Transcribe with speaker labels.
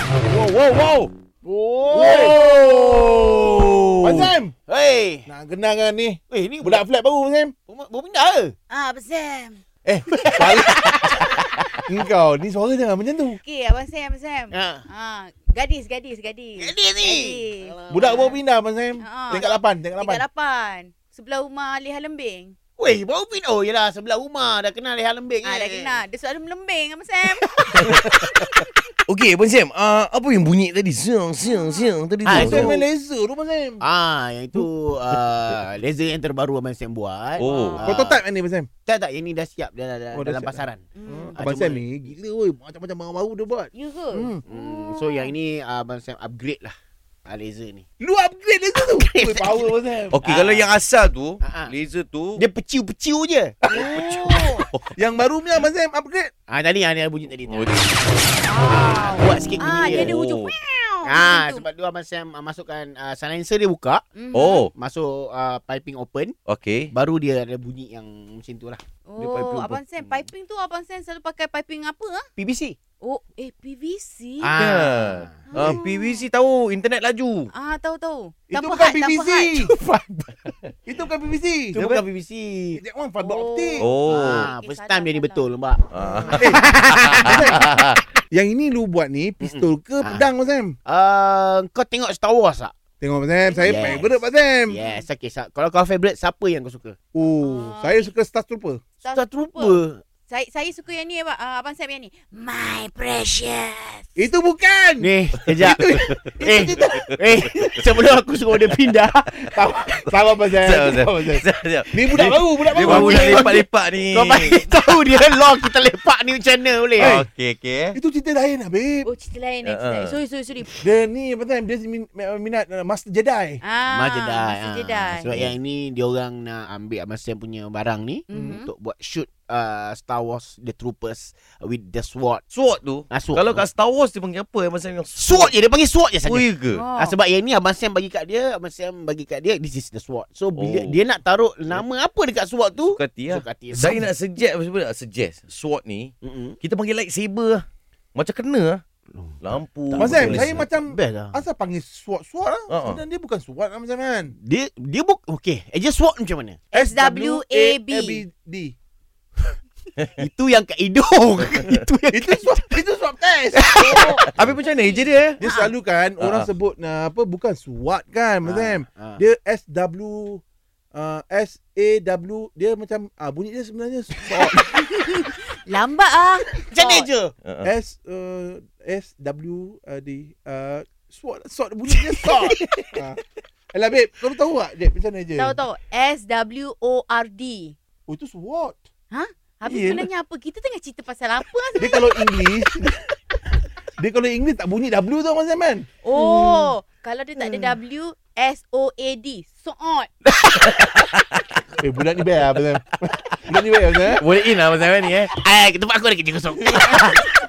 Speaker 1: wow, wow.
Speaker 2: Oi.
Speaker 1: Oh.
Speaker 2: Pak Sam.
Speaker 3: Hei.
Speaker 2: Nak kenang kan ni.
Speaker 3: Eh, ni budak
Speaker 2: Budak flat baru Sam.
Speaker 3: baru pindah ke?
Speaker 4: Ah, Abang Sam.
Speaker 2: Eh, pala. Engkau ni suara jangan macam tu.
Speaker 4: Okey, Abang Sam, Abang Sam.
Speaker 3: Ha.
Speaker 4: Ah, gadis, gadis, gadis.
Speaker 3: Gadis ni.
Speaker 4: Gadis.
Speaker 2: Budak baru pindah Abang Sam.
Speaker 4: Ha.
Speaker 2: Tingkat 8, tingkat
Speaker 4: Tingkat
Speaker 2: 8.
Speaker 4: lapan. Sebelah rumah Alih Lembing.
Speaker 3: Weh, baru pindah. Oh, yelah. Sebelah rumah. Dah kenal Leha Lembing.
Speaker 4: Ah, dah kenal. Dia selalu melembing, Abang Sam.
Speaker 1: Okey, Abang Sam, uh, apa yang bunyi tadi? Siang, siang, siang tadi tu.
Speaker 3: Ah,
Speaker 2: Sam
Speaker 3: itu-
Speaker 2: main laser tu Abang Sam.
Speaker 3: Ah, yang itu uh, laser yang terbaru Abang Sam buat.
Speaker 1: Oh.
Speaker 3: Ah,
Speaker 2: Prototype kan ni Abang Sam.
Speaker 3: Tak, tak. Yang ni dah siap. Dah, dah, dah
Speaker 2: Oh, dah
Speaker 3: dalam
Speaker 2: siap
Speaker 3: pasaran.
Speaker 4: Hmm.
Speaker 3: Ah,
Speaker 2: Abang
Speaker 3: cuma-
Speaker 2: Sam ni gila weh. Macam-macam barang baru dia buat.
Speaker 4: You ke?
Speaker 2: Hmm.
Speaker 4: Oh.
Speaker 3: Hmm, so, yang ini uh, Abang Sam upgrade lah. Ah, laser ni.
Speaker 2: Lu upgrade laser tu. Weh, power Abang Sam.
Speaker 1: Okey,
Speaker 3: Ah.
Speaker 1: kalau yang asal tu,
Speaker 3: Ah, ah.
Speaker 1: laser
Speaker 4: Oh.
Speaker 1: tu
Speaker 3: Dia peciu-peciu je.
Speaker 2: Yang baru punya Abang Sam upgrade.
Speaker 3: Ah, tadi yang ada bunyi tadi.
Speaker 1: Oh,
Speaker 3: Oh,
Speaker 1: dia-
Speaker 3: Buat sikit bunyi
Speaker 4: Ah, dia
Speaker 3: dia.
Speaker 4: ada hujung.
Speaker 1: Oh.
Speaker 4: Meow.
Speaker 3: Ah,
Speaker 4: Macam tu.
Speaker 3: sebab tu Abang Sam uh, masukkan uh, silencer dia buka.
Speaker 4: Mhm.
Speaker 1: Oh,
Speaker 3: Masuk uh, piping open.
Speaker 1: okey.
Speaker 3: Baru dia ada bunyi yang macam tu lah.
Speaker 1: dia piping
Speaker 4: Oh, Abang Sam. Piping tu Abang Sam selalu pakai piping apa? ah?
Speaker 3: PVC.
Speaker 4: Oh, eh PVC.
Speaker 1: Ah. Ah,
Speaker 4: Hmm.
Speaker 1: PVC tahu internet laju.
Speaker 4: Ah, tahu tahu.
Speaker 2: Itu
Speaker 4: Tanpa
Speaker 2: bukan
Speaker 4: hat, tanpa
Speaker 2: PVC.
Speaker 4: hat.
Speaker 2: Itu bukan PVC.
Speaker 3: Itu bukan PVC.
Speaker 2: That one fiber
Speaker 4: Oh.
Speaker 2: optic.
Speaker 1: Oh.
Speaker 3: Ah,
Speaker 4: Okey,
Speaker 3: first
Speaker 4: salah,
Speaker 3: time dia ni
Speaker 4: salah.
Speaker 3: betul nampak.
Speaker 1: Ah.
Speaker 2: Eh, Yang ini lu buat ni pistol ke
Speaker 3: Ah.
Speaker 2: pedang Abang Sam?
Speaker 3: Ah, kau tengok Star Wars tak?
Speaker 2: Tengok Abang Sam, saya
Speaker 3: Yes.
Speaker 2: favorite Abang Sam.
Speaker 3: Yes, okay. Sa- kalau kau favourite, siapa yang kau suka?
Speaker 2: Oh,
Speaker 4: Ah.
Speaker 2: saya suka Star Trooper.
Speaker 4: Star
Speaker 3: Star Trooper.
Speaker 4: Saya saya suka yang ni abang, ah, abang Sam yang ni. My precious.
Speaker 2: Itu bukan.
Speaker 3: Ni, kejap. eh, eh, sebelum aku suruh dia pindah.
Speaker 2: Sabar Abang Sam.
Speaker 1: Sabar, Sam.
Speaker 2: Sabar, Abang Sam.
Speaker 1: Sekejap, sekejap.
Speaker 2: Ni budak
Speaker 1: Dia-
Speaker 2: baru, budak
Speaker 1: Dia
Speaker 2: baru.
Speaker 1: baru nak
Speaker 3: Okey.
Speaker 1: lepak-lepak ni.
Speaker 3: kau bagi tahu dia law kita lepak ni macam mana boleh.
Speaker 1: Okey, okey. eh.
Speaker 2: Itu cerita lain lah, babe.
Speaker 4: Oh cerita lain eh.
Speaker 1: Ah,
Speaker 4: cerita lain.
Speaker 1: ah.
Speaker 4: Sorry sorry sorry.
Speaker 2: Dia ni Abang Sam, dia min- minat uh, Master Jedi.
Speaker 4: Ah,
Speaker 3: Mas Jedi.
Speaker 4: Master
Speaker 3: ah.
Speaker 4: Jedi.
Speaker 3: Sebab yang ni dia orang nak ambil Abang Sam punya barang ni
Speaker 4: Mhm.
Speaker 3: untuk buat shoot uh, Star Wars The Troopers with the sword.
Speaker 1: Sword tu.
Speaker 3: Ah, sword.
Speaker 1: Kalau kat Star Wars dia panggil apa eh masa yang
Speaker 3: sword je dia panggil sword je saja.
Speaker 1: Oh, ya ke?
Speaker 4: Oh.
Speaker 3: Ah, sebab yang ni Abang Sam bagi kat dia Abang Sam bagi kat dia This is the sword So bila
Speaker 1: Oh.
Speaker 3: oh. dia nak taruh Nama apa dekat sword tu
Speaker 1: Suka hati lah.
Speaker 3: hati dia.
Speaker 1: Saya nak suggest apa sebenarnya? Suggest sword ni
Speaker 3: Mm-mm.
Speaker 1: kita panggil lightsaber lah. Macam kena lah.
Speaker 3: Hmm.
Speaker 1: Lampu.
Speaker 2: Abang Sam,
Speaker 1: betul.
Speaker 2: saya macam
Speaker 3: Best lah
Speaker 2: asal panggil SWAT-SWAT lah.
Speaker 1: Ah, ah.
Speaker 2: Sebenarnya dia bukan SWAT lah Abang Sam kan.
Speaker 3: Dia dia buk Okay Eja sword macam mana
Speaker 4: SWAB.
Speaker 2: SWAB.
Speaker 3: Itu yang kat hidung Itu yang
Speaker 2: Itu swab itu swab test.
Speaker 1: Habis macam mana je dia? eh?
Speaker 2: Dia selalu kan
Speaker 1: Ah.
Speaker 2: orang sebut uh, apa bukan SWAT kan Abang Sam.
Speaker 3: ah.
Speaker 2: Dia SW uh, S A W dia macam ah bunyi dia sebenarnya SWAT.
Speaker 4: Lambat ah.
Speaker 3: Macam mana je
Speaker 1: Ha.
Speaker 2: S uh, S W uh, D uh, SWAT SWAT bunyi dia SWAT. ah. Alah babe, kau tahu tak Jeb macam mana je?
Speaker 4: Tahu tahu S W O R D.
Speaker 2: Oh itu SWAT.
Speaker 4: Habis
Speaker 1: Yelah.
Speaker 4: sebenarnya apa? Kita tengah cerita pasal apa? ah?
Speaker 2: Dia kalau English dia kalau English tak bunyi W tu Abang Sam kan?
Speaker 4: Oh,
Speaker 3: Hmm.
Speaker 4: kalau dia tak ada W S O A D. Soot.
Speaker 2: Eh budak ni best lah Abang Sam. budak ni best Abang Sam.
Speaker 1: Boleh in lah masa ni eh.
Speaker 3: Ah, tempat aku ada kerja kosong